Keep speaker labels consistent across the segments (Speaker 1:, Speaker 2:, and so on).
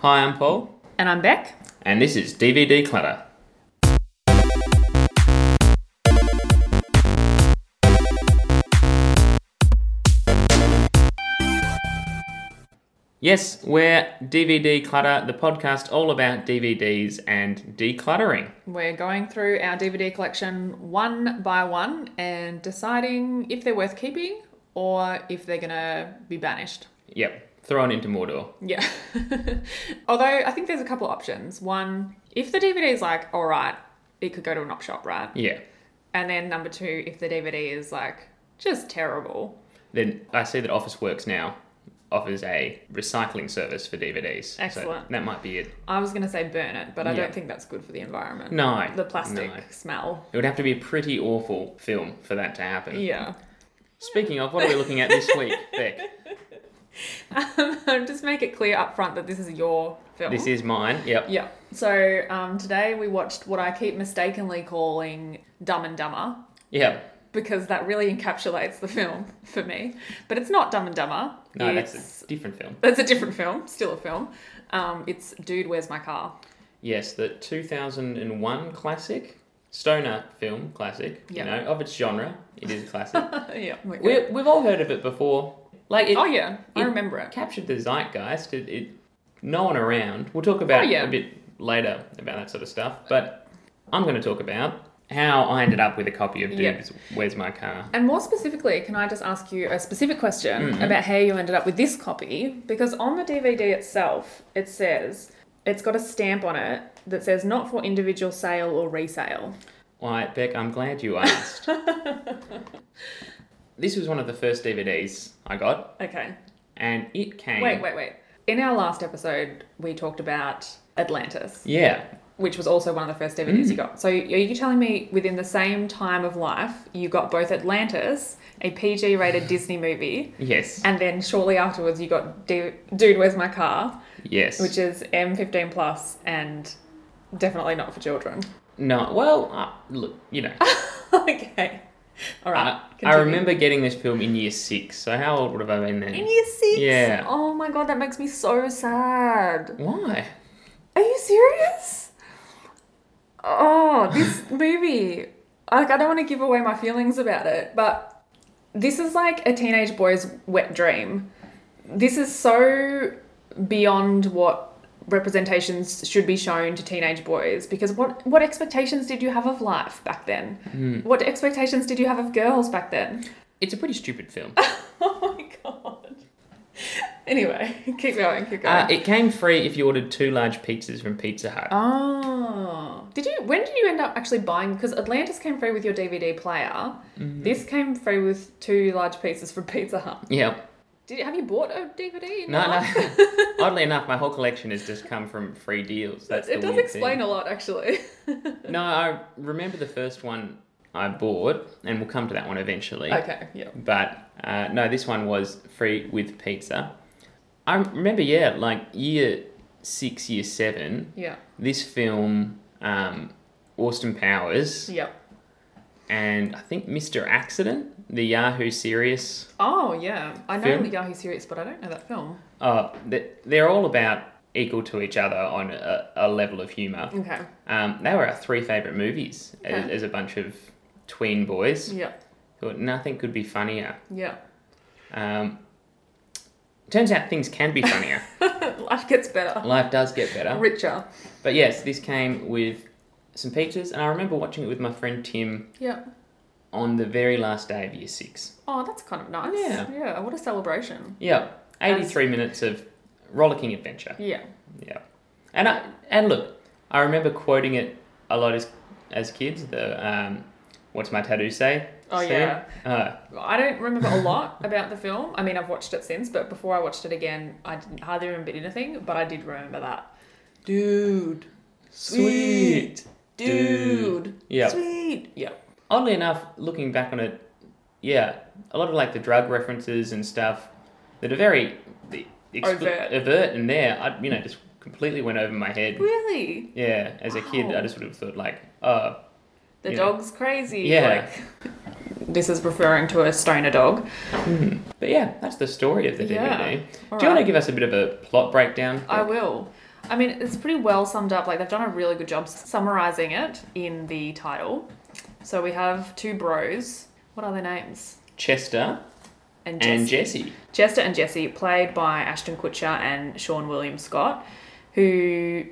Speaker 1: Hi, I'm Paul,
Speaker 2: And I'm Beck.
Speaker 1: and this is DVD Clutter. Yes, we're DVD Clutter, the podcast all about DVDs and decluttering.
Speaker 2: We're going through our DVD collection one by one and deciding if they're worth keeping or if they're going to be banished.
Speaker 1: Yep, thrown into Mordor.
Speaker 2: Yeah. Although I think there's a couple options. One, if the DVD is like, all right, it could go to an op shop, right?
Speaker 1: Yeah.
Speaker 2: And then number two, if the DVD is like just terrible.
Speaker 1: Then I see that Office Works now offers a recycling service for DVDs. So
Speaker 2: Excellent.
Speaker 1: that might be it.
Speaker 2: I was going to say burn it, but I
Speaker 1: Yeah.
Speaker 2: don't think that's good for the environment.
Speaker 1: No.
Speaker 2: The plastic
Speaker 1: no.
Speaker 2: smell.
Speaker 1: It would have to be a pretty awful film for that to happen.
Speaker 2: Yeah.
Speaker 1: Speaking of, what are we looking at this week, Beck?
Speaker 2: Um, just make it clear up front that this is your film.
Speaker 1: This is mine. Yep.
Speaker 2: Yeah. So um, today we watched what I keep mistakenly calling Dumb and Dumber
Speaker 1: Yep.
Speaker 2: because that really encapsulates the film for me. But it's not Dumb and Dumber.
Speaker 1: No,
Speaker 2: it's,
Speaker 1: that's a different film.
Speaker 2: that's a different film, still a film. Um, it's Dude, Where's My Car?
Speaker 1: Yes, the 2001 classic, stoner film classic.
Speaker 2: Yeah.
Speaker 1: You know, of its genre, it is a classic.
Speaker 2: yeah. my God.
Speaker 1: we we've all heard of it before. Like it
Speaker 2: oh, yeah. I
Speaker 1: it-
Speaker 2: remember it.
Speaker 1: captured the zeitgeist. It, it no one around. We'll talk about
Speaker 2: Oh, yeah.
Speaker 1: a bit later about that sort of stuff. But I'm going to talk about how I ended up with a copy of
Speaker 2: Yeah.
Speaker 1: Dude's Where's My Car.
Speaker 2: And more specifically, can I just ask you a specific question
Speaker 1: Mm-hmm.
Speaker 2: about how you ended up with this copy? Because on the DVD itself, it says it's got a stamp on it that says not for individual sale or resale.
Speaker 1: Why, Beck, I'm glad you asked. this was one of the first DVDs I got,
Speaker 2: Okay.
Speaker 1: and it came.
Speaker 2: Wait, wait, wait. In our last episode, we talked about Atlantis,
Speaker 1: Yeah.
Speaker 2: which was also one of the first DVDs
Speaker 1: Mm.
Speaker 2: you got. So are you telling me within the same time of life, you got both Atlantis, a PG rated Disney movie,
Speaker 1: Yes.
Speaker 2: and then shortly afterwards, you got Du- Dude, Where's My Car,
Speaker 1: yes.
Speaker 2: which is M15 plus and definitely not for children.
Speaker 1: no. Well, uh, look, you know,
Speaker 2: okay. All right.
Speaker 1: I, I
Speaker 2: continue.
Speaker 1: remember getting this film in year six. So how old would have I been then?
Speaker 2: In year six?
Speaker 1: Yeah.
Speaker 2: Oh my god, that makes me so sad.
Speaker 1: Why?
Speaker 2: Are you serious? Oh, this movie. Like, I don't want to give away my feelings about it, but this is like a teenage boy's wet dream. This is so beyond what representations should be shown to teenage boys because what what expectations did you have of life back then? What expectations did you have of girls back then?
Speaker 1: It's a pretty stupid film.
Speaker 2: Oh my god. Anyway, keep going, keep going.
Speaker 1: Uh, it came free if you ordered two large pizzas from Pizza Hut.
Speaker 2: Oh, did you? When did you end up actually buying? Because Atlantis came free with your DVD player.
Speaker 1: Mm-hmm.
Speaker 2: This came free with two large pieces from Pizza Hut.
Speaker 1: Yeah.
Speaker 2: Did you, have you bought a DVD? in
Speaker 1: No, no.
Speaker 2: your life?
Speaker 1: Oddly enough, my whole collection has just come from free deals. That's
Speaker 2: it
Speaker 1: the
Speaker 2: does
Speaker 1: weird
Speaker 2: explain
Speaker 1: thing.
Speaker 2: a lot, actually.
Speaker 1: No, I remember the first one I bought, and we'll come to that one eventually.
Speaker 2: okay, yeah.
Speaker 1: But uh, no, this one was free with pizza. I remember, yeah, like year six, year seven,
Speaker 2: Yeah.
Speaker 1: this film, um, Austin Powers,
Speaker 2: Yep.
Speaker 1: and I think Mr. Accident, the Yahoo series.
Speaker 2: Oh, yeah. I know
Speaker 1: Film?
Speaker 2: the Yahoo series, but I don't know that film.
Speaker 1: Uh, th- they're all about equal to each other on a, a level of humour.
Speaker 2: Okay.
Speaker 1: Um, they were our three favourite movies as,
Speaker 2: Okay.
Speaker 1: as a bunch of tween boys.
Speaker 2: Yeah.
Speaker 1: Thought Nothing could be funnier.
Speaker 2: Yeah.
Speaker 1: Um, turns out things can be funnier.
Speaker 2: Life gets better.
Speaker 1: Life does get better.
Speaker 2: Richer.
Speaker 1: But yes, this came with some pizzas, and I remember watching it with my friend Tim
Speaker 2: Yeah.
Speaker 1: on the very last day of year six.
Speaker 2: Oh, that's kind of nice.
Speaker 1: Yeah.
Speaker 2: Yeah. What a celebration.
Speaker 1: Yeah, 83 minutes of rollicking adventure.
Speaker 2: Yeah.
Speaker 1: Yeah, and I and look, I remember quoting it a lot as as kids. The um, what's my tattoo say?
Speaker 2: Oh,
Speaker 1: Scene.
Speaker 2: yeah.
Speaker 1: Uh,
Speaker 2: I don't remember a lot about the film. I mean, I've watched it since, but before I watched it again, I didn't hardly remember anything, but I did remember that. Dude. Sweet.
Speaker 1: Dude.
Speaker 2: Dude.
Speaker 1: Yeah.
Speaker 2: Sweet. Yeah.
Speaker 1: Oddly enough, looking back on it, yeah, a lot of like the drug references and stuff that are very the- expli-
Speaker 2: Overt.
Speaker 1: overt in there. I you know just completely went over my head.
Speaker 2: Really?
Speaker 1: Yeah, as a kid,
Speaker 2: Wow.
Speaker 1: I just would have thought like, uh,
Speaker 2: The
Speaker 1: Yeah.
Speaker 2: dog's crazy.
Speaker 1: Yeah.
Speaker 2: Like, this is referring to a stoner dog.
Speaker 1: but yeah, that's the story of the DVD.
Speaker 2: Yeah.
Speaker 1: Do you
Speaker 2: All
Speaker 1: want to
Speaker 2: right.
Speaker 1: give us a bit of a plot breakdown?
Speaker 2: I will. I mean, it's pretty well summed up. Like, they've done a really good job summarizing it in the title. So we have two bros. What are their names?
Speaker 1: Chester
Speaker 2: And
Speaker 1: and
Speaker 2: Jesse.
Speaker 1: Jesse.
Speaker 2: Chester and Jesse, played by Ashton Kutcher and Sean William Scott, who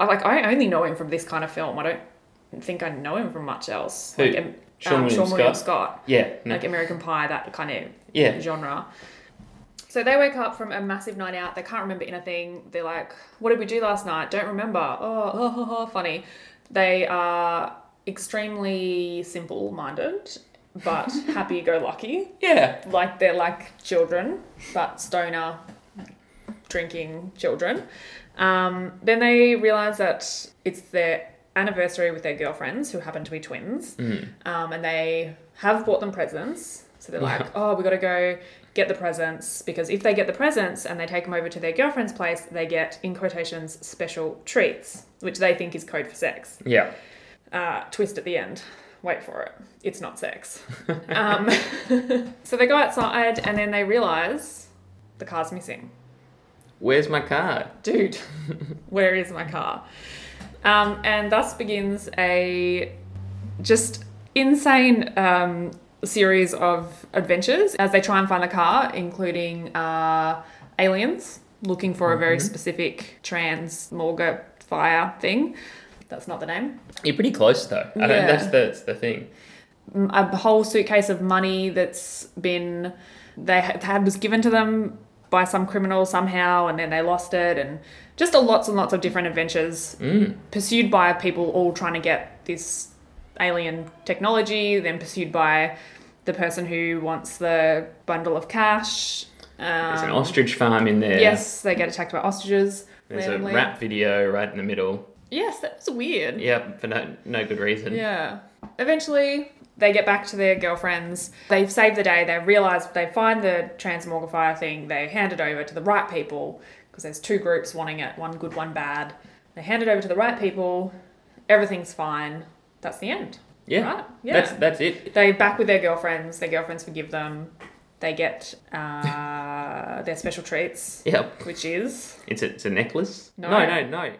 Speaker 2: I like. I only know him from this kind of film. I don't think I know him from much else.
Speaker 1: Who?
Speaker 2: Like, um,
Speaker 1: Sean
Speaker 2: um,
Speaker 1: William
Speaker 2: Sean William
Speaker 1: Scott?
Speaker 2: Scott
Speaker 1: Yeah, no.
Speaker 2: like American Pie, that kind of
Speaker 1: Yeah.
Speaker 2: genre. So they wake up from a massive night out. They can't remember anything. They're like, "What did we do last night? Don't remember." Oh, oh, oh, oh, funny. They are extremely simple-minded, but happy-go-lucky.
Speaker 1: yeah.
Speaker 2: Like they're like children, but stoner drinking children. Um, then they realize that it's their anniversary with their girlfriends, who happen to be twins, um, and they have bought them presents. So they're like, "Oh, we got to go get the presents because if they get the presents and they take them over to their girlfriend's place, they get in quotations special treats, which they think is code for sex."
Speaker 1: Yeah.
Speaker 2: uh, twist at the end. Wait for it. It's not sex. um, so they go outside and then they realize the car's missing.
Speaker 1: Where's my card?
Speaker 2: Dude, where is my car? Um, and thus begins a just insane um, series of adventures as they try and find the car, including uh, aliens looking for a very specific trans Morga fire thing. That's not the name.
Speaker 1: You're pretty close though. I
Speaker 2: Yeah.
Speaker 1: think that's the that's the thing.
Speaker 2: a whole suitcase of money that's been they had had- was given to them by some criminal somehow and then they lost it and just a lots and lots of different adventures
Speaker 1: Mm.
Speaker 2: pursued by people all trying to get this alien technology then pursued by the person who wants the bundle of cash um,
Speaker 1: There's an ostrich farm in there.
Speaker 2: yes they get attacked by ostriches
Speaker 1: There's
Speaker 2: randomly.
Speaker 1: a rap video right in the middle.
Speaker 2: yes that was weird
Speaker 1: Yep, for no no good reason.
Speaker 2: Yeah. Eventually, they get back to their girlfriends. They save the day. They realize they find the transmogrifier thing. They hand it over to the right people because there's two groups wanting it one good, one bad. They hand it over to the right people. Everything's fine. That's the end.
Speaker 1: Yeah.
Speaker 2: Right? Yeah.
Speaker 1: That's that's it.
Speaker 2: They back with their girlfriends. Their girlfriends forgive them. They get uh, their special treats,
Speaker 1: Yep.
Speaker 2: which is
Speaker 1: It's a it's a necklace?
Speaker 2: No.
Speaker 1: no, no. no.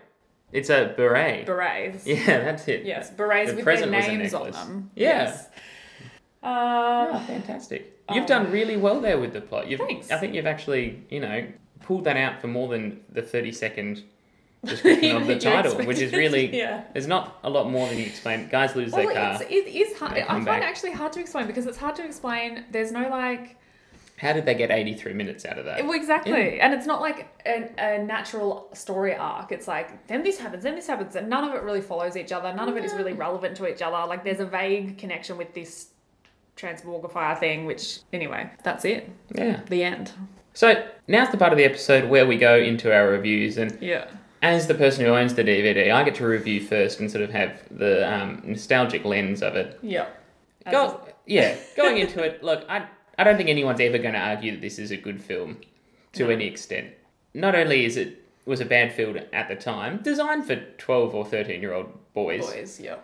Speaker 1: It's a beret.
Speaker 2: berets.
Speaker 1: yeah, that's it.
Speaker 2: Yes, berets
Speaker 1: The
Speaker 2: with their
Speaker 1: present was a
Speaker 2: names on
Speaker 1: necklace.
Speaker 2: them.
Speaker 1: Yeah.
Speaker 2: Yes. Uh,
Speaker 1: Oh, fantastic. You've done really well there with the plot. You've,
Speaker 2: Ah. Thanks.
Speaker 1: I think you've actually, you know, pulled that out for more than the 30 second description of the
Speaker 2: You
Speaker 1: title,
Speaker 2: expected-
Speaker 1: which is really,
Speaker 2: Yeah.
Speaker 1: there's not a lot more than you explain. Guys lose
Speaker 2: Well,
Speaker 1: their car.
Speaker 2: it's, it is hard.
Speaker 1: they
Speaker 2: I
Speaker 1: come
Speaker 2: find
Speaker 1: back.
Speaker 2: it actually hard to explain because it's hard to explain. There's no like,
Speaker 1: How did they get 83 minutes out of that?
Speaker 2: well, exactly, and it's not like an, a natural story arc. It's like then this happens, then this happens, and none of it really follows each other. None of it is really relevant to each other. Like there's a vague connection with this transmogrifier thing, which anyway, that's it.
Speaker 1: Yeah.
Speaker 2: The end.
Speaker 1: So now's the part of the episode where we go into our reviews. And
Speaker 2: Yeah.
Speaker 1: as the person who owns the DVD, I get to review first and sort of have the um, nostalgic lens of it.
Speaker 2: Yeah.
Speaker 1: Go, yeah, going into it, look, I, I don't think anyone's ever going to argue that this is a good film to any extent. Not only is it was a bad film at the time, designed for 12 or 13 year old boys,
Speaker 2: boys. Yeah.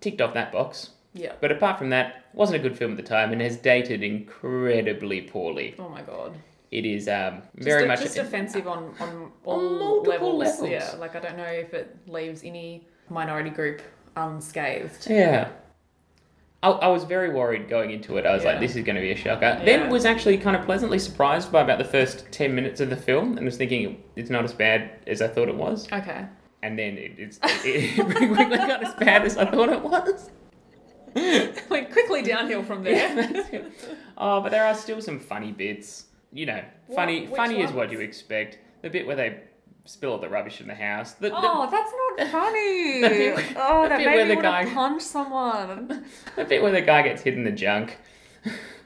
Speaker 1: ticked off that box.
Speaker 2: Yeah.
Speaker 1: But apart from that, wasn't a good film at the time and has dated incredibly poorly.
Speaker 2: Oh my god.
Speaker 1: It is um,
Speaker 2: Just
Speaker 1: very
Speaker 2: a-
Speaker 1: much
Speaker 2: just offensive on on all
Speaker 1: multiple
Speaker 2: levels.
Speaker 1: levels.
Speaker 2: Yeah, like I don't know if it leaves any minority group unscathed.
Speaker 1: Yeah. I, I was very worried going into it. I was
Speaker 2: Yeah.
Speaker 1: like, this is going to be a shocker. Then
Speaker 2: Yeah.
Speaker 1: was actually kind of pleasantly surprised by about the first 10 minutes of the film and was thinking it's not as bad as I thought it was.
Speaker 2: Okay.
Speaker 1: And then it, it's it, it pretty quickly got as bad as I thought it was.
Speaker 2: Went quickly downhill from there.
Speaker 1: Oh, but there are still some funny bits. You know,
Speaker 2: What-
Speaker 1: funny
Speaker 2: which
Speaker 1: funny is what
Speaker 2: ones?
Speaker 1: you expect. The bit where they spill all the rubbish in the house. The, the-
Speaker 2: Oh, that's not funny.
Speaker 1: The bit-
Speaker 2: oh,
Speaker 1: the
Speaker 2: that
Speaker 1: bit
Speaker 2: made
Speaker 1: where
Speaker 2: me
Speaker 1: the
Speaker 2: want
Speaker 1: guy-
Speaker 2: to punch someone.
Speaker 1: the bit where the guy gets hit in the junk.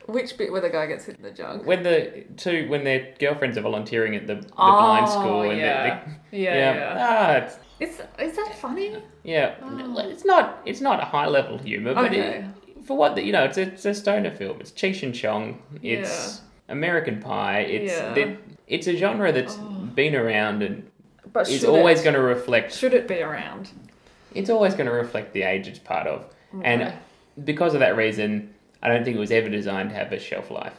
Speaker 2: Which bit where the guy gets hit in the junk?
Speaker 1: When the two when their girlfriends are volunteering at the, the
Speaker 2: oh,
Speaker 1: blind school and the-
Speaker 2: yeah.
Speaker 1: the,
Speaker 2: yeah,
Speaker 1: yeah.
Speaker 2: yeah.
Speaker 1: Ah, it's,
Speaker 2: Is is that funny?
Speaker 1: yeah.
Speaker 2: Oh.
Speaker 1: It's not. It's not a high level humor, but
Speaker 2: Okay.
Speaker 1: it, for what the, you know, it's a, it's a stoner film. It's Cheech and Chong. It's American Pie. It's
Speaker 2: Yeah.
Speaker 1: the- it's a genre that's
Speaker 2: Oh.
Speaker 1: been around and
Speaker 2: But
Speaker 1: is
Speaker 2: should
Speaker 1: always
Speaker 2: it,
Speaker 1: going to reflect.
Speaker 2: should it be around?
Speaker 1: It's always going to reflect the age it's part of,
Speaker 2: Okay.
Speaker 1: and because of that reason, I don't think it was ever designed to have a shelf life.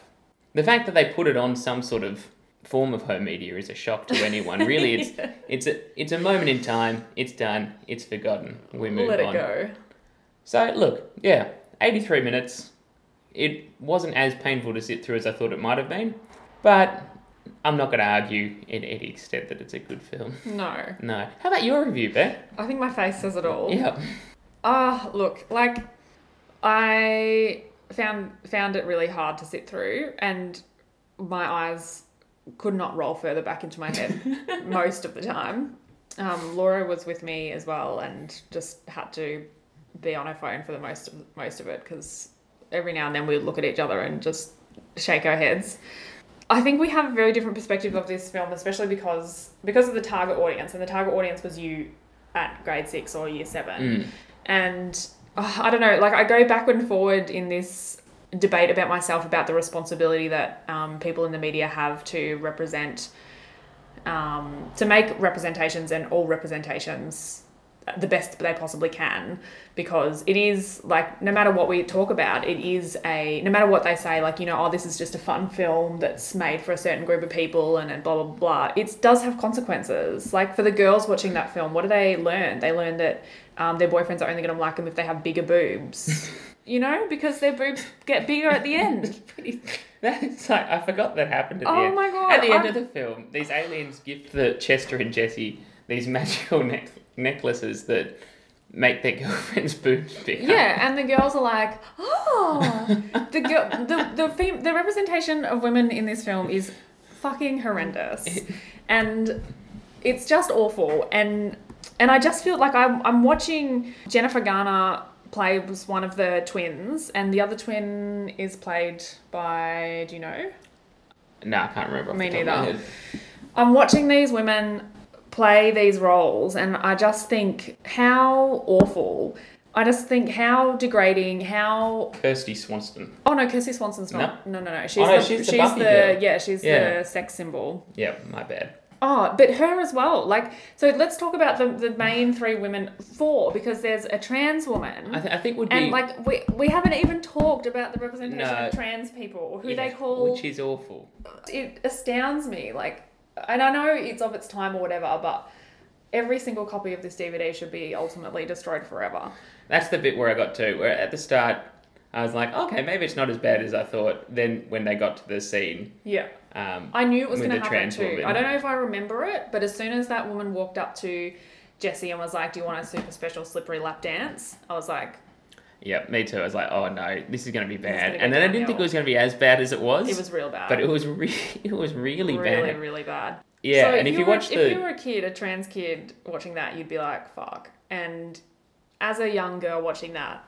Speaker 1: The fact that they put it on some sort of form of home media is a shock to anyone. Really, it's
Speaker 2: Yeah.
Speaker 1: it's a it's a moment in time. It's done. It's forgotten. We move
Speaker 2: Let it
Speaker 1: on.
Speaker 2: go.
Speaker 1: So look, yeah, eighty three minutes. It wasn't as painful to sit through as I thought it might have been, but I'm not going to argue in any extent that it's a good film.
Speaker 2: No.
Speaker 1: No. How about your review, Ben?
Speaker 2: I think my face says it all.
Speaker 1: Yeah.
Speaker 2: Ah, look, like I found found it really hard to sit through, and my eyes could not roll further back into my head most of the time. Um, Laura was with me as well, and just had to be on her phone for the most of, most of it because every now and then we'd look at each other and just shake our heads. I think we have a very different perspective of this film, especially because because of the target audience, and the target audience was you at grade six or year seven
Speaker 1: Mm.
Speaker 2: and oh, I don't know, like I go backward and forward in this debate about myself about the responsibility that um, people in the media have to represent, um, to make representations and all representations the best they possibly can because it is like no matter what we talk about it is a no matter what they say like you know oh this is just a fun film that's made for a certain group of people and, and blah blah blah it does have consequences like for the girls watching that film what do they learn they learn that um, their boyfriends are only going to like them if they have bigger boobs you know because their boobs get bigger at the end
Speaker 1: That's like I forgot that happened at the
Speaker 2: Oh
Speaker 1: end.
Speaker 2: my God,
Speaker 1: At the end
Speaker 2: I'm-
Speaker 1: of the film, these aliens gift the Chester and Jesse these magical neck necklaces that make their girlfriend's boobs bigger.
Speaker 2: Yeah, and the girls are like, oh, the girl, the the fem- the representation of women in this film is fucking horrendous, and it's just awful. And and I just feel like I'm I'm watching Jennifer Garner play was one of the twins, and the other twin is played by do you know?
Speaker 1: No, I can't remember. Off
Speaker 2: Me
Speaker 1: the top of my
Speaker 2: neither.
Speaker 1: head.
Speaker 2: I'm watching these women play these roles, and I just think how awful. I just think how degrading, how
Speaker 1: Kirsty Swanston.
Speaker 2: Oh no, Kirsty Swanson's not. No, no, no. She's,
Speaker 1: no,
Speaker 2: the,
Speaker 1: she's the
Speaker 2: she's,
Speaker 1: Buffy
Speaker 2: the
Speaker 1: girl.
Speaker 2: yeah, she's
Speaker 1: Yeah.
Speaker 2: the sex symbol.
Speaker 1: Yeah, my bad.
Speaker 2: Oh, but her as well. Like, so let's talk about the the main three women, four, because there's a trans woman,
Speaker 1: I, th- I think would be
Speaker 2: and like we we haven't even talked about the representation
Speaker 1: No.
Speaker 2: of trans people, who
Speaker 1: yeah,
Speaker 2: they call.
Speaker 1: which is awful.
Speaker 2: It astounds me. Like, and I know it's of its time or whatever, but every single copy of this DVD should be ultimately destroyed forever.
Speaker 1: That's the bit where I got to. Where at the start, I was like, okay, maybe it's not as bad as I thought. Then when they got to the scene,
Speaker 2: Yeah.
Speaker 1: um,
Speaker 2: I knew it was
Speaker 1: with
Speaker 2: going to
Speaker 1: the
Speaker 2: happen
Speaker 1: trans
Speaker 2: too.
Speaker 1: woman.
Speaker 2: I don't know if I remember it, but as soon as that woman walked up to Jesse and was like, "Do you want a super special slippery lap dance?" I was like,
Speaker 1: yeah, me too. I was like, oh no, this is going to be bad.
Speaker 2: gonna go
Speaker 1: and then I didn't think it
Speaker 2: downhill.
Speaker 1: was going to be as bad as it was.
Speaker 2: "It was real bad,
Speaker 1: but it was re- it was really,
Speaker 2: really,
Speaker 1: bad.
Speaker 2: really bad."
Speaker 1: Yeah,
Speaker 2: So
Speaker 1: and if you,
Speaker 2: were,
Speaker 1: watch the
Speaker 2: if you were a kid, a trans kid watching that, you'd be like, "Fuck!" And as a young girl watching that,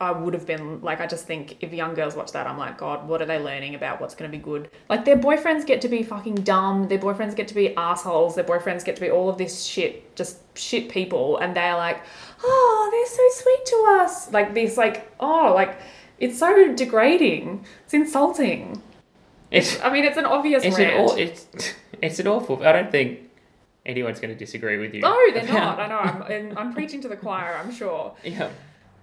Speaker 2: I would have been like, I just think if young girls watch that, I'm like, God, what are they learning about what's going to be good? Like, their boyfriends get to be fucking dumb. Their boyfriends get to be assholes. Their boyfriends get to be all of this shit, just shit people. And they're like, oh, they're so sweet to us. Like, this, like, oh, like, it's so degrading. It's insulting.
Speaker 1: it's
Speaker 2: I mean, it's an obvious
Speaker 1: it's an
Speaker 2: rant.
Speaker 1: aw, it's it's an awful. I don't think anyone's going to disagree with you.
Speaker 2: no, they're
Speaker 1: about-
Speaker 2: not. I know. I'm, and I'm preaching to the choir, I'm sure.
Speaker 1: Yeah.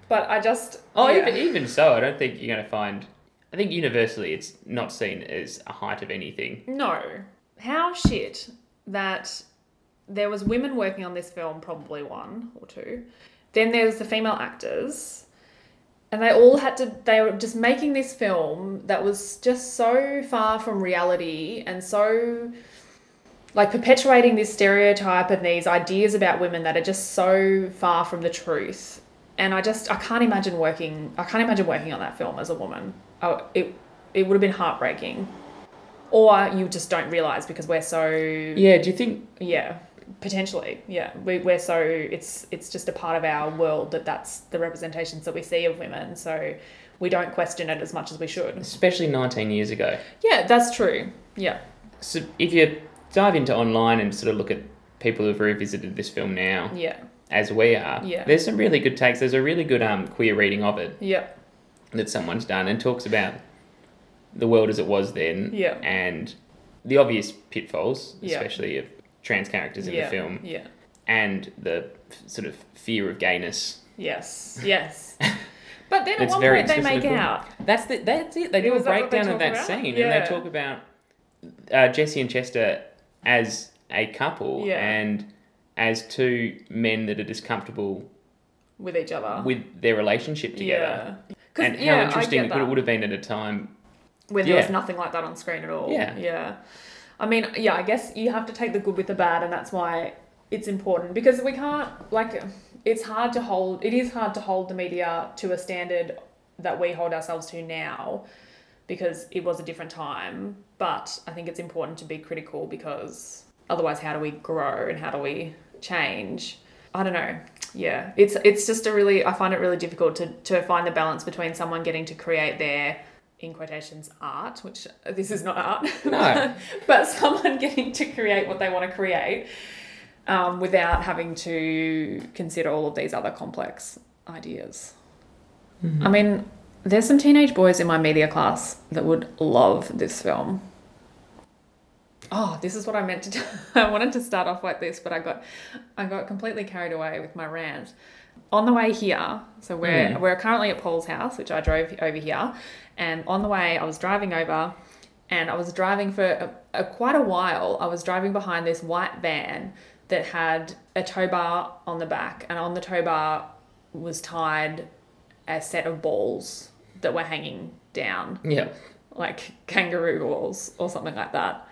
Speaker 2: But I just.
Speaker 1: Oh,
Speaker 2: yeah.
Speaker 1: even even so, I don't think you're going to find. I think universally, it's not seen as a height of anything.
Speaker 2: No. How shit that there was women working on this film, probably one or two. Then there's the female actors. And they all had to they were just making this film that was just so far from reality and so like perpetuating this stereotype and these ideas about women that are just so far from the truth. And I just I can't imagine working I can't imagine working on that film as a woman. Oh, it it would have been heartbreaking or you just don't realize because we're so
Speaker 1: Yeah. Do you think
Speaker 2: yeah potentially yeah we, we're so it's it's just a part of our world that that's the representations that we see of women so we don't question it as much as we should
Speaker 1: especially 19 years ago.
Speaker 2: yeah that's true yeah
Speaker 1: So if you dive into online and sort of look at people who've revisited this film now,
Speaker 2: yeah
Speaker 1: as we are,
Speaker 2: Yeah.
Speaker 1: there's some really good takes. There's a really good um, queer reading of it
Speaker 2: yeah
Speaker 1: that someone's done and talks about the world as it was then
Speaker 2: Yeah.
Speaker 1: and the obvious pitfalls,
Speaker 2: Yeah.
Speaker 1: especially of trans characters in
Speaker 2: yeah
Speaker 1: the film,
Speaker 2: yeah
Speaker 1: and the f- sort of fear of gayness.
Speaker 2: yes yes but then at
Speaker 1: It's
Speaker 2: one
Speaker 1: very
Speaker 2: point they
Speaker 1: explicitly
Speaker 2: make
Speaker 1: put.
Speaker 2: out
Speaker 1: That's the, that's it. They do
Speaker 2: Is
Speaker 1: a
Speaker 2: that what they
Speaker 1: breakdown of
Speaker 2: talk
Speaker 1: that
Speaker 2: about?
Speaker 1: scene and
Speaker 2: Yeah.
Speaker 1: they talk about uh, Jesse and Chester as a couple
Speaker 2: Yeah.
Speaker 1: and as two men that are just comfortable
Speaker 2: with each other.
Speaker 1: with their relationship together.
Speaker 2: Yeah. 'Cause,
Speaker 1: And how
Speaker 2: yeah, I
Speaker 1: interesting
Speaker 2: get
Speaker 1: it could-
Speaker 2: that.
Speaker 1: would have been at a time.
Speaker 2: when there was
Speaker 1: Yeah.
Speaker 2: nothing like that on screen at all.
Speaker 1: Yeah.
Speaker 2: Yeah. I mean, yeah, I guess you have to take the good with the bad, and that's why it's important because we can't, like, it's hard to hold, it is hard to hold the media to a standard that we hold ourselves to now because it was a different time. But I think it's important to be critical because otherwise, how do we grow and how do we change? I don't know. Yeah, it's it's just a really I find it really difficult to to find the balance between someone getting to create their in quotations art, which this is not art,
Speaker 1: No.
Speaker 2: but someone getting to create what they want to create um, without having to consider all of these other complex ideas. I mean, there's some teenage boys in my media class that would love this film. Oh, this is what I meant to do. I wanted to start off like this, but I got I got completely carried away with my rant. On the way here, so we're we're currently at Paul's house, which I drove over here, and on the way I was driving over and I was driving for a, a, quite a while. I was driving behind this white van that had a tow bar on the back, and on the tow bar was tied a set of balls that were hanging down,
Speaker 1: Yeah.
Speaker 2: like kangaroo balls or something like that.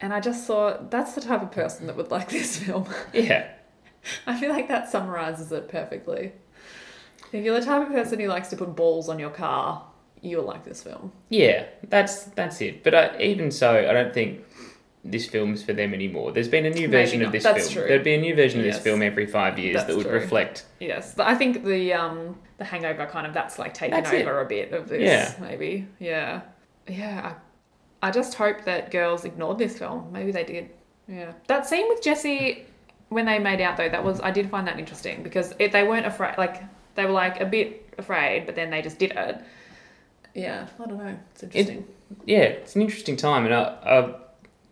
Speaker 2: And I just thought that's the type of person that would like this film.
Speaker 1: Yeah.
Speaker 2: I feel like that summarizes it perfectly. If you're the type of person who likes to put balls on your car, you'll like this film.
Speaker 1: Yeah, that's that's it. But I, even so, I don't think this film's for them anymore. There's been a new
Speaker 2: Maybe
Speaker 1: version
Speaker 2: not.
Speaker 1: of this
Speaker 2: That's
Speaker 1: film.
Speaker 2: true.
Speaker 1: There'd be a new version of
Speaker 2: Yes.
Speaker 1: this film every five years
Speaker 2: That's
Speaker 1: that would
Speaker 2: true.
Speaker 1: reflect.
Speaker 2: Yes, but I think the um the hangover kind of that's like taken
Speaker 1: That's it.
Speaker 2: over a bit of this
Speaker 1: Yeah.
Speaker 2: maybe. Yeah. Yeah. I, I just hope that girls ignored this film. Maybe they did. Yeah. That scene with Jesse when they made out though, that was I did find that interesting because it, they weren't afraid like they were like a bit afraid, but then they just did it. Yeah, I don't know. It's interesting.
Speaker 1: Yeah, it's an interesting time, and I, I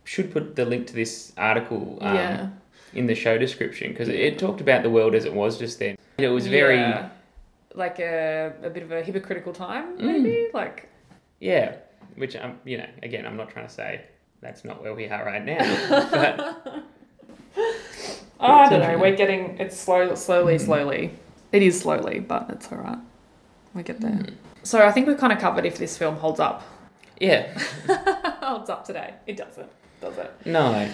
Speaker 1: should put the link to this article um,
Speaker 2: yeah.
Speaker 1: in the show description because it, talked about the world as it was just then. It was very yeah.
Speaker 2: Yeah. like a, a bit of a hypocritical time, maybe? Like
Speaker 1: which I'm you know again I'm not trying to say that's not where we are right now, but
Speaker 2: Oh, I don't know.
Speaker 1: Attention.
Speaker 2: We're getting it's slow, slowly, slowly. It is slowly, but it's all right. We get there. So I think we've kind of covered if this film holds up.
Speaker 1: yeah,
Speaker 2: holds up today. It doesn't, does it?
Speaker 1: No.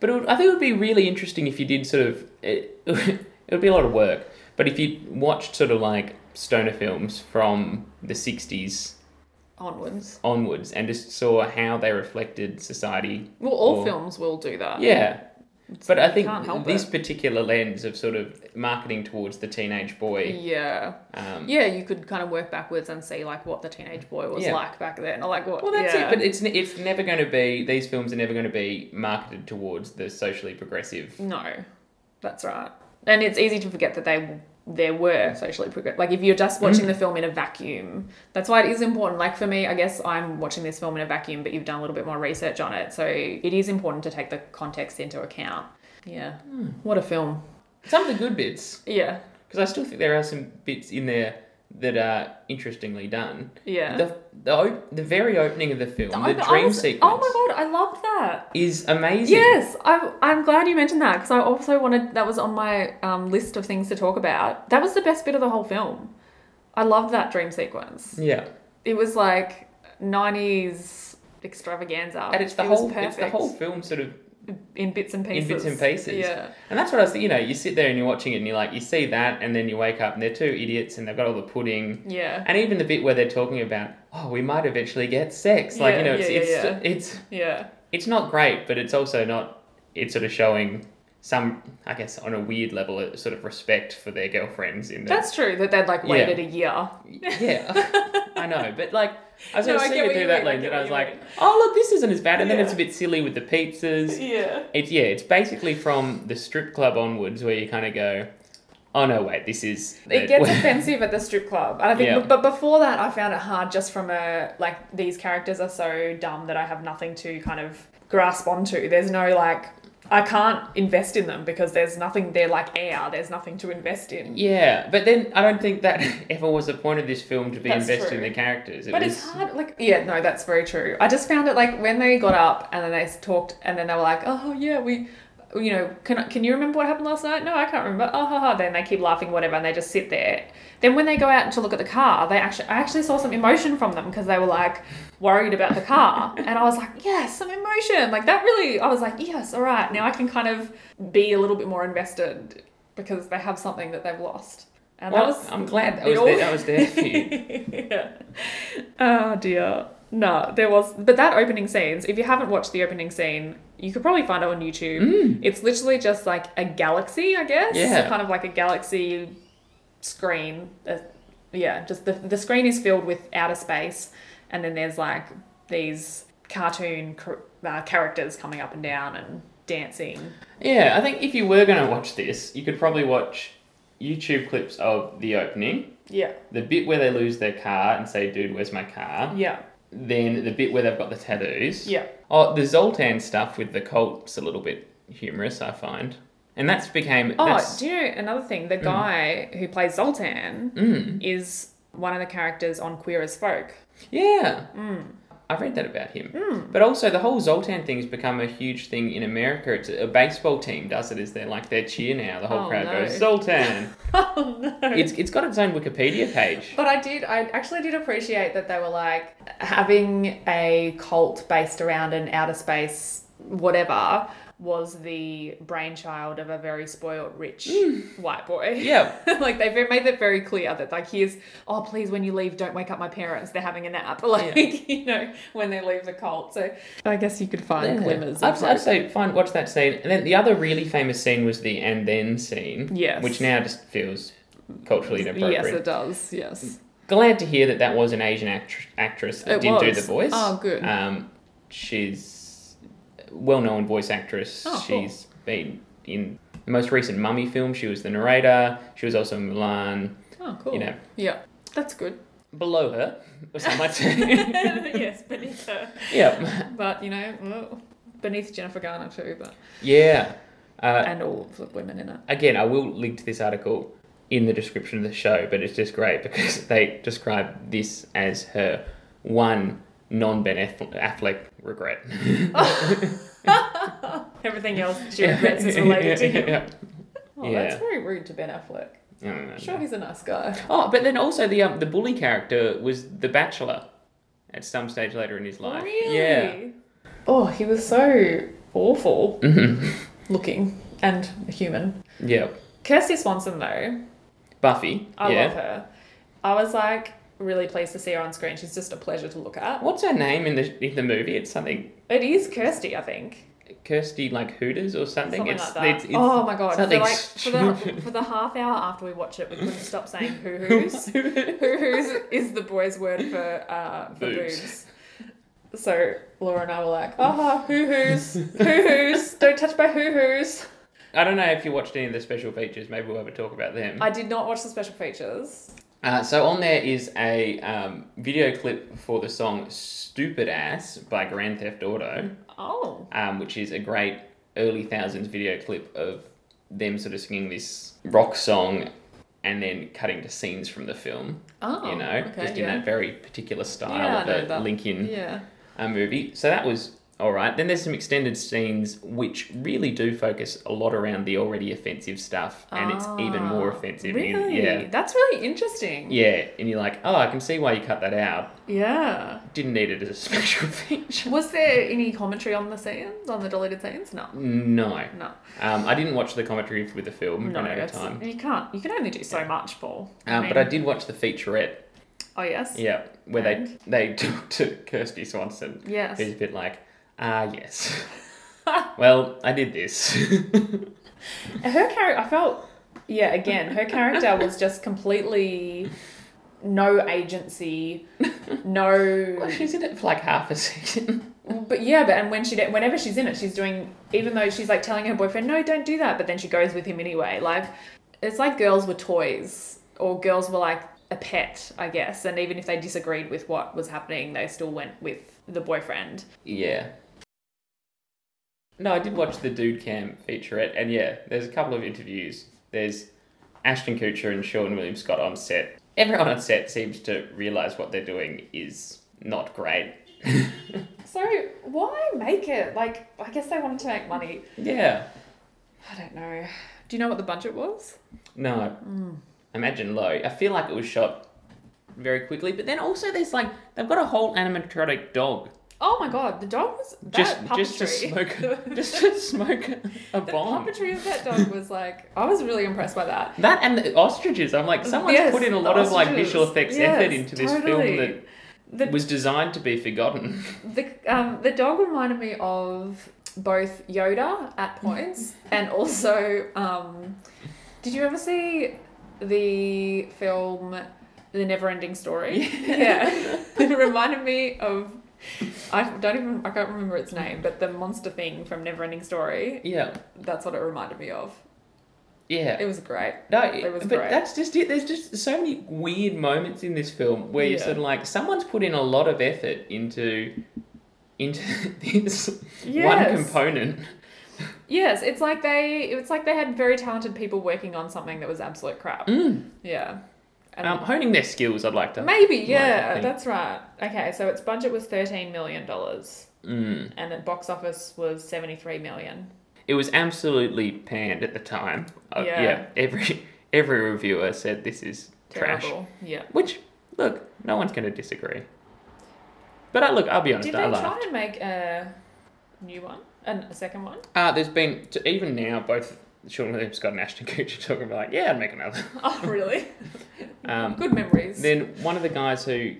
Speaker 1: But it would, I think it would be really interesting if you did sort of. It, it would be a lot of work. But if you watched sort of like stoner films from the 60s
Speaker 2: Onwards.
Speaker 1: onwards and just saw how they reflected society.
Speaker 2: Well, all
Speaker 1: Or-
Speaker 2: films will do
Speaker 1: Uh,
Speaker 2: that.
Speaker 1: Yeah. But I think
Speaker 2: can't help
Speaker 1: this
Speaker 2: it.
Speaker 1: particular lens of sort of marketing towards the teenage boy.
Speaker 2: Yeah.
Speaker 1: Um,
Speaker 2: Yeah, you could kind of work backwards and see like what the teenage boy was
Speaker 1: Yeah.
Speaker 2: like back then, or like what.
Speaker 1: Well, that's
Speaker 2: yeah.
Speaker 1: it. But it's ne- it's never going to be. These films are never going to be marketed towards the socially progressive.
Speaker 2: No, that's right. And it's easy to forget that they there were socially progressive. Like if you're
Speaker 1: Mm.
Speaker 2: just watching the film in a vacuum, that's why it is important. Like for me, I guess I'm watching this film in a vacuum, but you've done a little bit more research on it, so it is important to take the context into account. Yeah,
Speaker 1: Hmm.
Speaker 2: what a film.
Speaker 1: Some of the good bits.
Speaker 2: Yeah,
Speaker 1: Because I still think there are some bits in there that are interestingly done.
Speaker 2: yeah.
Speaker 1: The the, op- the very opening of the film,
Speaker 2: I-
Speaker 1: the
Speaker 2: I
Speaker 1: dream
Speaker 2: was-
Speaker 1: sequence,
Speaker 2: Oh my god, I loved that.
Speaker 1: is amazing.
Speaker 2: Yes, I, I'm glad you mentioned that because I also wanted that was on my um, list of things to talk about. That was the best bit of the whole film. I loved that dream sequence.
Speaker 1: Yeah,
Speaker 2: It was like nineties extravaganza.
Speaker 1: and it's the
Speaker 2: It was
Speaker 1: whole it's the
Speaker 2: perfect
Speaker 1: whole film sort of
Speaker 2: in bits and pieces.
Speaker 1: in bits and pieces.
Speaker 2: Yeah.
Speaker 1: and that's what I was. You know, you sit there and you're watching it, and you're like, you see that, and then you wake up, and they're two idiots, and they've got all the pudding,
Speaker 2: Yeah.
Speaker 1: and even the bit where they're talking about, oh, we might eventually get sex. Like
Speaker 2: Yeah,
Speaker 1: you know, it's
Speaker 2: yeah, yeah,
Speaker 1: it's,
Speaker 2: yeah.
Speaker 1: it's
Speaker 2: Yeah.
Speaker 1: it's not great, but it's also not. It's sort of showing some, I guess, on a weird level, a sort of respect for their girlfriends in that.
Speaker 2: That's true that they'd like
Speaker 1: Yeah.
Speaker 2: waited a year.
Speaker 1: Yeah, I know, but like I was
Speaker 2: No,
Speaker 1: sort
Speaker 2: I
Speaker 1: of
Speaker 2: get
Speaker 1: seeing
Speaker 2: what
Speaker 1: it through
Speaker 2: you
Speaker 1: that
Speaker 2: mean, I
Speaker 1: lens,
Speaker 2: get
Speaker 1: and I was
Speaker 2: what you
Speaker 1: like, "Oh, look, this isn't as bad." And
Speaker 2: Yeah.
Speaker 1: then it's a bit silly with the pizzas.
Speaker 2: Yeah.
Speaker 1: It's yeah, it's basically from the strip club onwards where you kind of go, "Oh no, wait, this is."
Speaker 2: It gets offensive at the strip club, and I think.
Speaker 1: Yeah.
Speaker 2: But before that, I found it hard just from a like these characters are so dumb that I have nothing to kind of grasp onto. There's no like I can't invest in them because there's nothing. They're like air. There's nothing to invest in.
Speaker 1: Yeah, but then I don't think that ever was the point of this film to be
Speaker 2: That's
Speaker 1: invested in
Speaker 2: true.
Speaker 1: the characters. It
Speaker 2: But
Speaker 1: was,
Speaker 2: it's hard, like yeah, no, that's very true. I just found it like when they got up and then they s- talked and then they were like, oh yeah, we, you know, can can you remember what happened last night? No, I can't remember. Oh, ha, ha. Then they keep laughing, whatever, and they just sit there. Then when they go out to look at the car, they actually I actually saw some emotion from them because they were like worried about the car, and I was like, yes, some emotion, like that really. I was like, yes, all right, now I can kind of be a little bit more invested because they have something that they've lost. And
Speaker 1: Well,
Speaker 2: that was
Speaker 1: I'm glad that
Speaker 2: it
Speaker 1: was,
Speaker 2: all-
Speaker 1: there, that was there for you.
Speaker 2: yeah. Oh dear. No, there was, but that opening scenes. If you haven't watched the opening scene, you could probably find it on YouTube. It's literally just like a galaxy, I guess.
Speaker 1: Yeah.
Speaker 2: Kind of like a galaxy screen. Uh, yeah, just the the screen is filled with outer space, and then there's like these cartoon cr- uh, characters coming up and down and dancing.
Speaker 1: Yeah, I think if you were going to watch this, you could probably watch YouTube clips of the opening,
Speaker 2: Yeah.
Speaker 1: the bit where they lose their car and say, dude, where's my car?
Speaker 2: Yeah.
Speaker 1: Then the bit where they've got the tattoos.
Speaker 2: Yeah.
Speaker 1: Oh, the Zoltan stuff with the cult's a little bit humorous, I find. And that's became.
Speaker 2: Oh,
Speaker 1: that's-
Speaker 2: do you know another thing? The guy who plays Zoltan
Speaker 1: Mm.
Speaker 2: is one of the characters on Queer as Folk.
Speaker 1: Yeah.
Speaker 2: Mm.
Speaker 1: I read that about him. But also, the whole Zoltan thing's become a huge thing in America. It's a baseball team does it. Is their like their cheer now? The whole
Speaker 2: Oh,
Speaker 1: crowd
Speaker 2: no.
Speaker 1: goes Zoltan.
Speaker 2: Oh no!
Speaker 1: it's it's got its own Wikipedia page.
Speaker 2: but I did. I actually did appreciate that they were like having a cult based around an outer space whatever was the brainchild of a very spoiled rich white boy.
Speaker 1: Yeah.
Speaker 2: like they've made it very clear that like here's oh please when you leave don't wake up my parents they're having a nap like you know when they leave the cult so I guess you could find
Speaker 1: Yeah.
Speaker 2: glimmers of
Speaker 1: I'd,
Speaker 2: hope.
Speaker 1: I'd say fine. Watch that scene, and then the other really famous scene was the and then scene.
Speaker 2: Yes.
Speaker 1: Which now just feels culturally inappropriate.
Speaker 2: Yes, it does. Yes.
Speaker 1: Glad to hear that that was an Asian act- actress that
Speaker 2: It
Speaker 1: did do
Speaker 2: was.
Speaker 1: the voice.
Speaker 2: Oh, good.
Speaker 1: Um, she's a well-known voice actress.
Speaker 2: Oh, cool.
Speaker 1: She's been in the most recent Mummy film. She was the narrator. She was also in Mulan.
Speaker 2: Oh, cool.
Speaker 1: You know,
Speaker 2: Yeah, that's good.
Speaker 1: below her, or so much. yeah.
Speaker 2: yes, beneath her. But you know, well, beneath Jennifer Garner too, but
Speaker 1: Yeah. Uh,
Speaker 2: and all of the women in it.
Speaker 1: again, I will link to this article in the description of the show, but it's just great because they describe this as her one non Ben Affleck regret.
Speaker 2: Everything else she regrets is related to him.
Speaker 1: Yeah.
Speaker 2: Oh,
Speaker 1: Yeah.
Speaker 2: that's very rude to Ben Affleck.
Speaker 1: I don't know.
Speaker 2: Sure, he's a nice guy.
Speaker 1: Oh, but then also the um, the bully character was the bachelor at some stage later in his life.
Speaker 2: Really?
Speaker 1: Yeah.
Speaker 2: Oh, he was so awful
Speaker 1: Mhm.
Speaker 2: looking and human.
Speaker 1: yeah.
Speaker 2: Kirsty Swanson though,
Speaker 1: Buffy.
Speaker 2: I
Speaker 1: yeah.
Speaker 2: love her. I was like really pleased to see her on screen. She's just a pleasure to look at.
Speaker 1: What's her name in the in the movie? It's something
Speaker 2: It is Kirsty, I think.
Speaker 1: Kirsty like Hooters or something.
Speaker 2: Something
Speaker 1: it's,
Speaker 2: like that.
Speaker 1: It's, it's,
Speaker 2: oh my god! For,
Speaker 1: something
Speaker 2: like, for, the,
Speaker 1: stupid.
Speaker 2: for the half hour after we watch it, we couldn't stop saying hoo hoos. hoo hoos is the boys' word for uh, for
Speaker 1: Boobs.
Speaker 2: boobs. So Laura and I were like, "Ah, hoo hoos, hoo hoos! Don't touch my hoo hoos!"
Speaker 1: I don't know if you watched any of the special features. Maybe we'll have a talk about them.
Speaker 2: I did not watch the special features.
Speaker 1: Uh, so on there is a um, video clip for the song "Stupid Ass" by Grand Theft Auto,
Speaker 2: Oh,
Speaker 1: um, which is a great early thousands video clip of them sort of singing this rock song and then cutting to scenes from the film.
Speaker 2: oh,
Speaker 1: you know, mm.
Speaker 2: okay,
Speaker 1: just in
Speaker 2: yeah.
Speaker 1: that very particular style
Speaker 2: Yeah, I know
Speaker 1: of a
Speaker 2: that.
Speaker 1: Lincoln
Speaker 2: yeah,
Speaker 1: a movie. So that was all right. Then there's some extended scenes which really do focus a lot around the already offensive stuff, and it's even
Speaker 2: Ah,
Speaker 1: more offensive. in-
Speaker 2: Really,
Speaker 1: yeah,
Speaker 2: that's really interesting.
Speaker 1: yeah. And you're like, oh, I can see why you cut that out.
Speaker 2: yeah.
Speaker 1: Didn't need it as a special feature.
Speaker 2: Was there any commentary on the scenes, on the deleted scenes? No.
Speaker 1: No,
Speaker 2: No.
Speaker 1: um, I didn't watch the commentary with the film.
Speaker 2: No,
Speaker 1: ran out of
Speaker 2: that's-
Speaker 1: time.
Speaker 2: you can't. You can only do so much, Paul.
Speaker 1: Um, but I did watch the featurette.
Speaker 2: Oh, yes?
Speaker 1: Yeah, where
Speaker 2: And?
Speaker 1: they they talk to Kirsty Swanson.
Speaker 2: Yes.
Speaker 1: Who's a bit like, ah, yes. well, I did this.
Speaker 2: Her character, I felt, yeah, again, her character was just completely no agency,
Speaker 1: Well,
Speaker 2: no.
Speaker 1: she's in it for like half a second.
Speaker 2: But yeah, but and when she, did- whenever she's in it, she's doing, even though she's like telling her boyfriend, no, don't do that, but then she goes with him anyway. Like, it's like girls were toys, or girls were like a pet, I guess. And even if they disagreed with what was happening, they still went with the boyfriend.
Speaker 1: Yeah. No, I did watch the Dude Cam featurette, and yeah, there's a couple of interviews. There's Ashton Kutcher and Sean William Scott on set. Everyone on set seems to realise what they're doing is not great.
Speaker 2: So why make it? Like, I guess they wanted to make money.
Speaker 1: yeah.
Speaker 2: I don't know. Do you know what the budget was?
Speaker 1: No. Imagine low. I feel like it was shot very quickly, but then also there's like they've got a whole animatronic dog.
Speaker 2: Oh my god, the dog was that
Speaker 1: Just
Speaker 2: puppetry.
Speaker 1: just to smoke just to smoke a
Speaker 2: the
Speaker 1: bomb.
Speaker 2: puppetry of that dog was like I was really impressed by that.
Speaker 1: That and the ostriches. I'm like, someone's
Speaker 2: Yes,
Speaker 1: put in a
Speaker 2: the
Speaker 1: lot of like
Speaker 2: ostriches.
Speaker 1: visual effects
Speaker 2: Yes,
Speaker 1: effort into this film
Speaker 2: totally. The
Speaker 1: that was designed to be forgotten.
Speaker 2: The um, the dog reminded me of both Yoda at
Speaker 1: Mm-hmm.
Speaker 2: points and also um, did you ever see the film The Neverending Story? Yeah, it reminded me of I don't even I can't remember its name, but the monster thing from Neverending Story.
Speaker 1: Yeah,
Speaker 2: That's what it reminded me of.
Speaker 1: yeah.
Speaker 2: It was great.
Speaker 1: No,
Speaker 2: it was
Speaker 1: but
Speaker 2: great.
Speaker 1: that's just it. There's just so many weird moments in this film where you're
Speaker 2: Yeah.
Speaker 1: sort of like, someone's put in a lot of effort into into this
Speaker 2: Yes.
Speaker 1: one component.
Speaker 2: Yes, it's like they it's like they had very talented people working on something that was absolute crap.
Speaker 1: Mm.
Speaker 2: Yeah. And-
Speaker 1: Um, honing their skills, I'd like to.
Speaker 2: Maybe,
Speaker 1: like,
Speaker 2: yeah,
Speaker 1: think.
Speaker 2: that's right. Okay, so its budget was thirteen million dollars,
Speaker 1: Mm.
Speaker 2: and the box office was seventy-three million.
Speaker 1: It was absolutely panned at the time. Uh,
Speaker 2: Yeah.
Speaker 1: Every every reviewer said this is trash.
Speaker 2: Terrible. Yeah.
Speaker 1: Which, look, no one's going to disagree. But I, look, I'll be honest,
Speaker 2: Did
Speaker 1: I
Speaker 2: they try
Speaker 1: laughed.
Speaker 2: and make a new one, and a second one?
Speaker 1: Uh, there's been, t even now, both Sean William Scott and Ashton Kutcher talking about, like, yeah, I'd make another.
Speaker 2: Oh, really?
Speaker 1: Um,
Speaker 2: Good memories.
Speaker 1: then one of the guys who,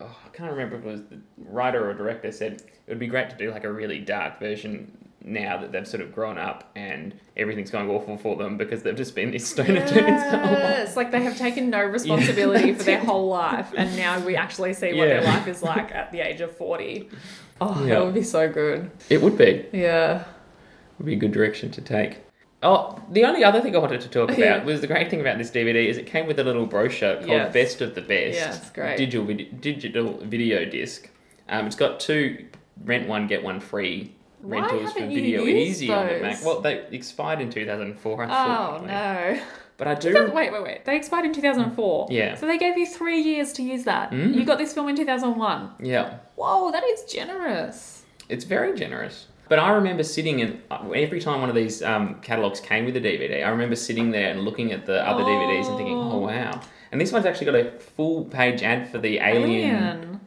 Speaker 1: oh, I can't remember if it was the writer or director, said it would be great to do like a really dark version now that they've sort of grown up and everything's going awful for them because they've just been these stoner dudes. the whole life.
Speaker 2: Yes, like they have taken no responsibility for
Speaker 1: that's
Speaker 2: their
Speaker 1: it.
Speaker 2: whole life, and now we actually see what their
Speaker 1: Yeah.
Speaker 2: life is like at the age of forty. Oh,
Speaker 1: Yeah.
Speaker 2: that would be so good.
Speaker 1: It would be.
Speaker 2: Yeah.
Speaker 1: would be a good direction to take. Oh, the only other thing I wanted to talk about
Speaker 2: Yeah.
Speaker 1: was the great thing about this DVD is it came with a little brochure called
Speaker 2: Yes.
Speaker 1: "Best of the Best"
Speaker 2: Yeah, it's great.
Speaker 1: digital vid- digital video disc. Um, it's got two rent one get one free
Speaker 2: Why
Speaker 1: rentals for
Speaker 2: haven't you
Speaker 1: video
Speaker 2: used
Speaker 1: easy on the
Speaker 2: those?
Speaker 1: Mac. Well, they expired in two thousand four.
Speaker 2: Oh no.
Speaker 1: But I do.
Speaker 2: Wait, wait, wait. They expired in 2004.
Speaker 1: Yeah.
Speaker 2: So they gave you three years to use that.
Speaker 1: Mm.
Speaker 2: You got this film in 2001.
Speaker 1: Yeah,
Speaker 2: Whoa, that is generous.
Speaker 1: it's very generous. But I remember sitting and every time one of these um, catalogs came with a DVD, I remember sitting there and looking at the other DVDs and thinking,
Speaker 2: Oh.
Speaker 1: "Oh wow!" And this one's actually got a full page ad for the Alien,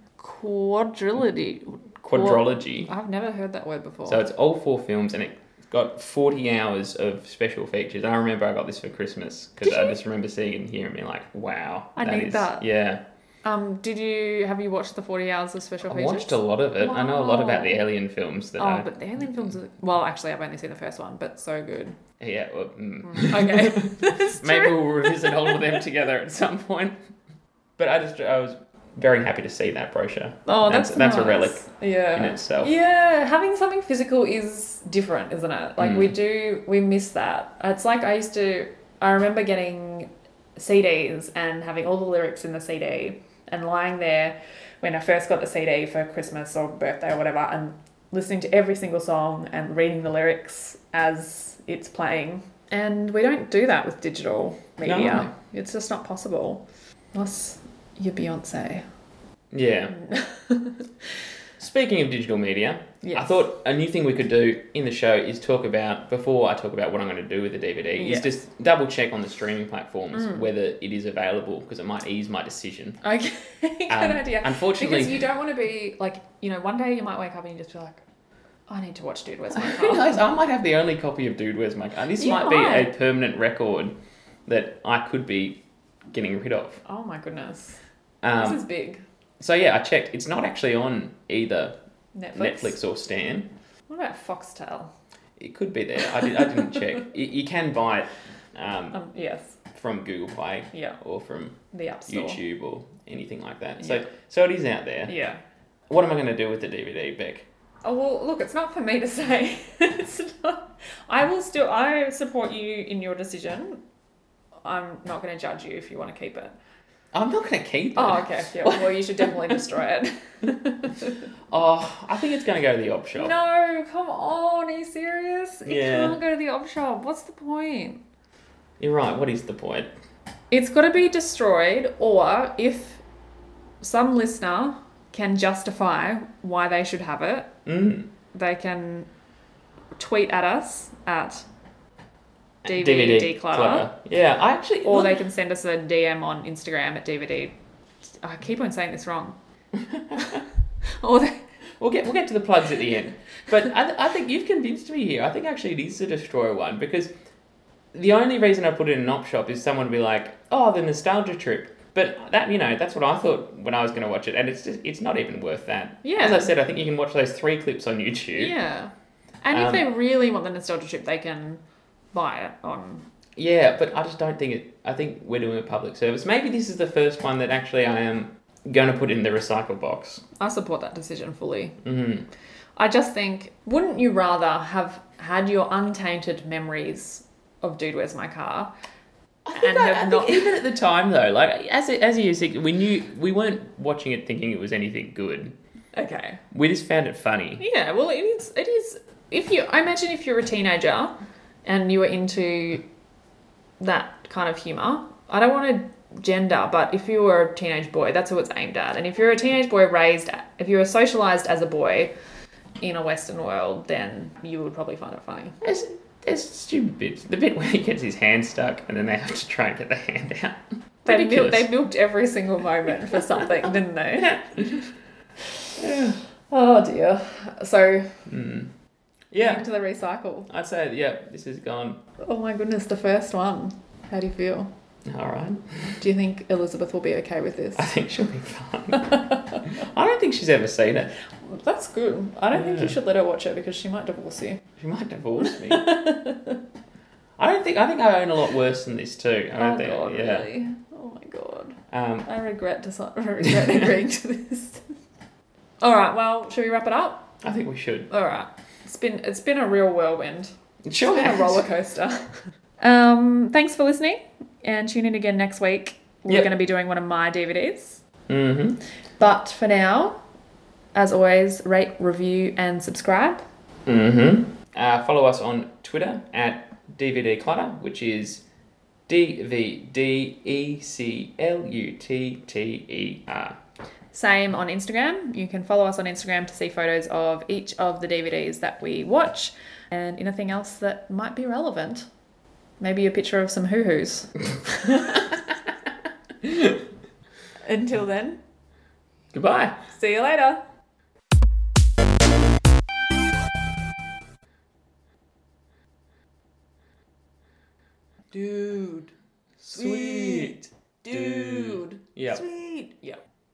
Speaker 2: Quadrilogy.
Speaker 1: quadrology.
Speaker 2: I've never heard that word before.
Speaker 1: So it's all four films, and it got forty hours of special features. I remember I got this for Christmas because
Speaker 2: Did
Speaker 1: I
Speaker 2: you?
Speaker 1: just remember seeing it and hearing me like, "Wow,
Speaker 2: I
Speaker 1: that
Speaker 2: need
Speaker 1: is-
Speaker 2: that.
Speaker 1: Yeah,
Speaker 2: um, did you have you watched the 40 hours of special
Speaker 1: I
Speaker 2: features?
Speaker 1: watched a lot of it. I know a lot
Speaker 2: Wow.
Speaker 1: about the Alien films. That
Speaker 2: Oh,
Speaker 1: I,
Speaker 2: but the alien films are well. Actually, I've only seen the first one, but so good.
Speaker 1: yeah, well, mm.
Speaker 2: Okay, that's true.
Speaker 1: Maybe we'll revisit all of them together at some point. But I just I was very happy to see that brochure.
Speaker 2: oh,
Speaker 1: that's
Speaker 2: that's
Speaker 1: that's a
Speaker 2: nice.
Speaker 1: relic
Speaker 2: Yeah,
Speaker 1: in itself.
Speaker 2: Yeah, having something physical is different, isn't it? Like
Speaker 1: Mm.
Speaker 2: we do, we miss that. It's like I used to. I remember getting CDs and having all the lyrics in the CD and lying there when I first got the CD for Christmas or birthday or whatever, and listening to every single song and reading the lyrics as it's playing. And we don't do that with digital media.
Speaker 1: No.
Speaker 2: It's just not possible, unless you're Beyonce.
Speaker 1: Yeah. Speaking of digital media, I
Speaker 2: Yes.
Speaker 1: thought a new thing we could do in the show is talk about before I talk about what I'm going to do with the DVD
Speaker 2: Yes.
Speaker 1: is just double check on the streaming platforms
Speaker 2: Mm.
Speaker 1: whether it is available because it might ease my decision.
Speaker 2: Okay, good
Speaker 1: Um,
Speaker 2: idea.
Speaker 1: Unfortunately,
Speaker 2: Because you don't want to be like, you know, one day you might wake up and you just be like, I need to watch Dude Where's My
Speaker 1: I
Speaker 2: Car.
Speaker 1: realise I might have the only copy of Dude Where's My Car. This
Speaker 2: You
Speaker 1: might, be
Speaker 2: might.
Speaker 1: a permanent record that I could be getting rid of.
Speaker 2: oh my goodness.
Speaker 1: Um,
Speaker 2: this is big.
Speaker 1: So yeah, I checked. It's not actually on either
Speaker 2: Netflix.
Speaker 1: Netflix, or Stan.
Speaker 2: What about Foxtel?
Speaker 1: It could be there. I, did, I didn't check. You, you can buy it um,
Speaker 2: Um, yes.
Speaker 1: from Google Play
Speaker 2: Yeah.
Speaker 1: or from
Speaker 2: The App Store.
Speaker 1: YouTube or anything like that. So
Speaker 2: Yeah.
Speaker 1: so it is out there.
Speaker 2: Yeah.
Speaker 1: What am I going to do with the DVD, Beck?
Speaker 2: Oh, well, look, it's not for me to say. it's not. I will still, I support you in your decision. I'm not going to judge you if you want to keep it.
Speaker 1: I'm not going to keep it.
Speaker 2: Oh, okay. Yeah, well, you should definitely destroy it.
Speaker 1: Oh, I think it's going to go to the op shop.
Speaker 2: No, come on. Are you serious? You
Speaker 1: Yeah.
Speaker 2: can't go to the op shop. What's the point?
Speaker 1: You're right. What is the point?
Speaker 2: It's got to be destroyed, or if some listener can justify why they should have it,
Speaker 1: Mm.
Speaker 2: they can tweet at us at DVD, declutter,
Speaker 1: Yeah, I actually.
Speaker 2: or they can send us a DM on Instagram at DVD. I keep on saying this wrong. or they,
Speaker 1: We'll get we'll get to the plugs at the end, but I, th- I think you've convinced me here. I think actually it is the destroy one because the only reason I put it in an op shop is someone would be like, "Oh, the nostalgia trip." But that you know that's what I thought when I was going to watch it, and it's just it's not even worth that.
Speaker 2: Yeah.
Speaker 1: As I said, I think you can watch those three clips on YouTube.
Speaker 2: yeah. And if
Speaker 1: Um,
Speaker 2: they really want the nostalgia trip, they can buy it on.
Speaker 1: Yeah, but I just don't think it. I think we're doing a public service. Maybe this is the first one that actually I am going to put in the recycle box.
Speaker 2: I support that decision fully.
Speaker 1: Mm.
Speaker 2: I just think, wouldn't you rather have had your untainted memories of Dude, Where's My Car?
Speaker 1: I think,
Speaker 2: And
Speaker 1: I,
Speaker 2: have
Speaker 1: I think
Speaker 2: not-
Speaker 1: even at the time though, like as it, as you said, we knew we weren't watching it thinking it was anything good.
Speaker 2: Okay.
Speaker 1: We just found it funny.
Speaker 2: Yeah, well, it is. It is. If you, I imagine, if you're a teenager and you are into that kind of humor, I don't want to gender, but if you were a teenage boy, that's who it's aimed at. And if you're a teenage boy raised, if you were socialized as a boy in a Western world, then you would probably find it funny.
Speaker 1: There's, there's stupid bits. The bit where he gets his hand stuck and then they have to try and get the hand out.
Speaker 2: They, mil-
Speaker 1: Ridiculous.
Speaker 2: they milked every single moment for something, didn't they? oh dear. So
Speaker 1: Hmm. Yeah,
Speaker 2: into the recycle.
Speaker 1: I'd say yeah. This is gone.
Speaker 2: Oh my goodness, the first one. How do you feel?
Speaker 1: All right.
Speaker 2: Do you think Elizabeth will be okay with this?
Speaker 1: I think she'll be fine. I don't think she's ever seen it.
Speaker 2: That's good. I don't think you
Speaker 1: Yeah.
Speaker 2: should let her watch it because she might divorce you.
Speaker 1: She might divorce me. I don't think. I think I own a lot worse than this too. I don't
Speaker 2: oh
Speaker 1: think.
Speaker 2: god,
Speaker 1: yeah.
Speaker 2: really? Oh my god.
Speaker 1: Um,
Speaker 2: I regret deci- I regret agreeing to this. All right. Well, should we wrap it up?
Speaker 1: I think we should.
Speaker 2: All right. It's been it's been a real whirlwind.
Speaker 1: Sure.
Speaker 2: It's been a roller coaster. um, thanks for listening, and tune in again next week. We're
Speaker 1: Yep.
Speaker 2: going to be doing one of my DVDs.
Speaker 1: Mm-hmm.
Speaker 2: But for now, as always, rate, review, and subscribe.
Speaker 1: Mm-hmm. Uh, follow us on Twitter at DVD Clutter, which is D V D E C L U T T E R.
Speaker 2: Same on Instagram. You can follow us on Instagram to see photos of each of the DVDs that we watch and anything else that might be relevant. Maybe a picture of some hoo hoos. Until then,
Speaker 1: Goodbye.
Speaker 2: see you later.
Speaker 1: Dude. Sweet. Dude. Yep.
Speaker 2: Sweet. Yep.